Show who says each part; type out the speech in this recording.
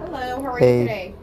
Speaker 1: hurry
Speaker 2: They-
Speaker 1: today.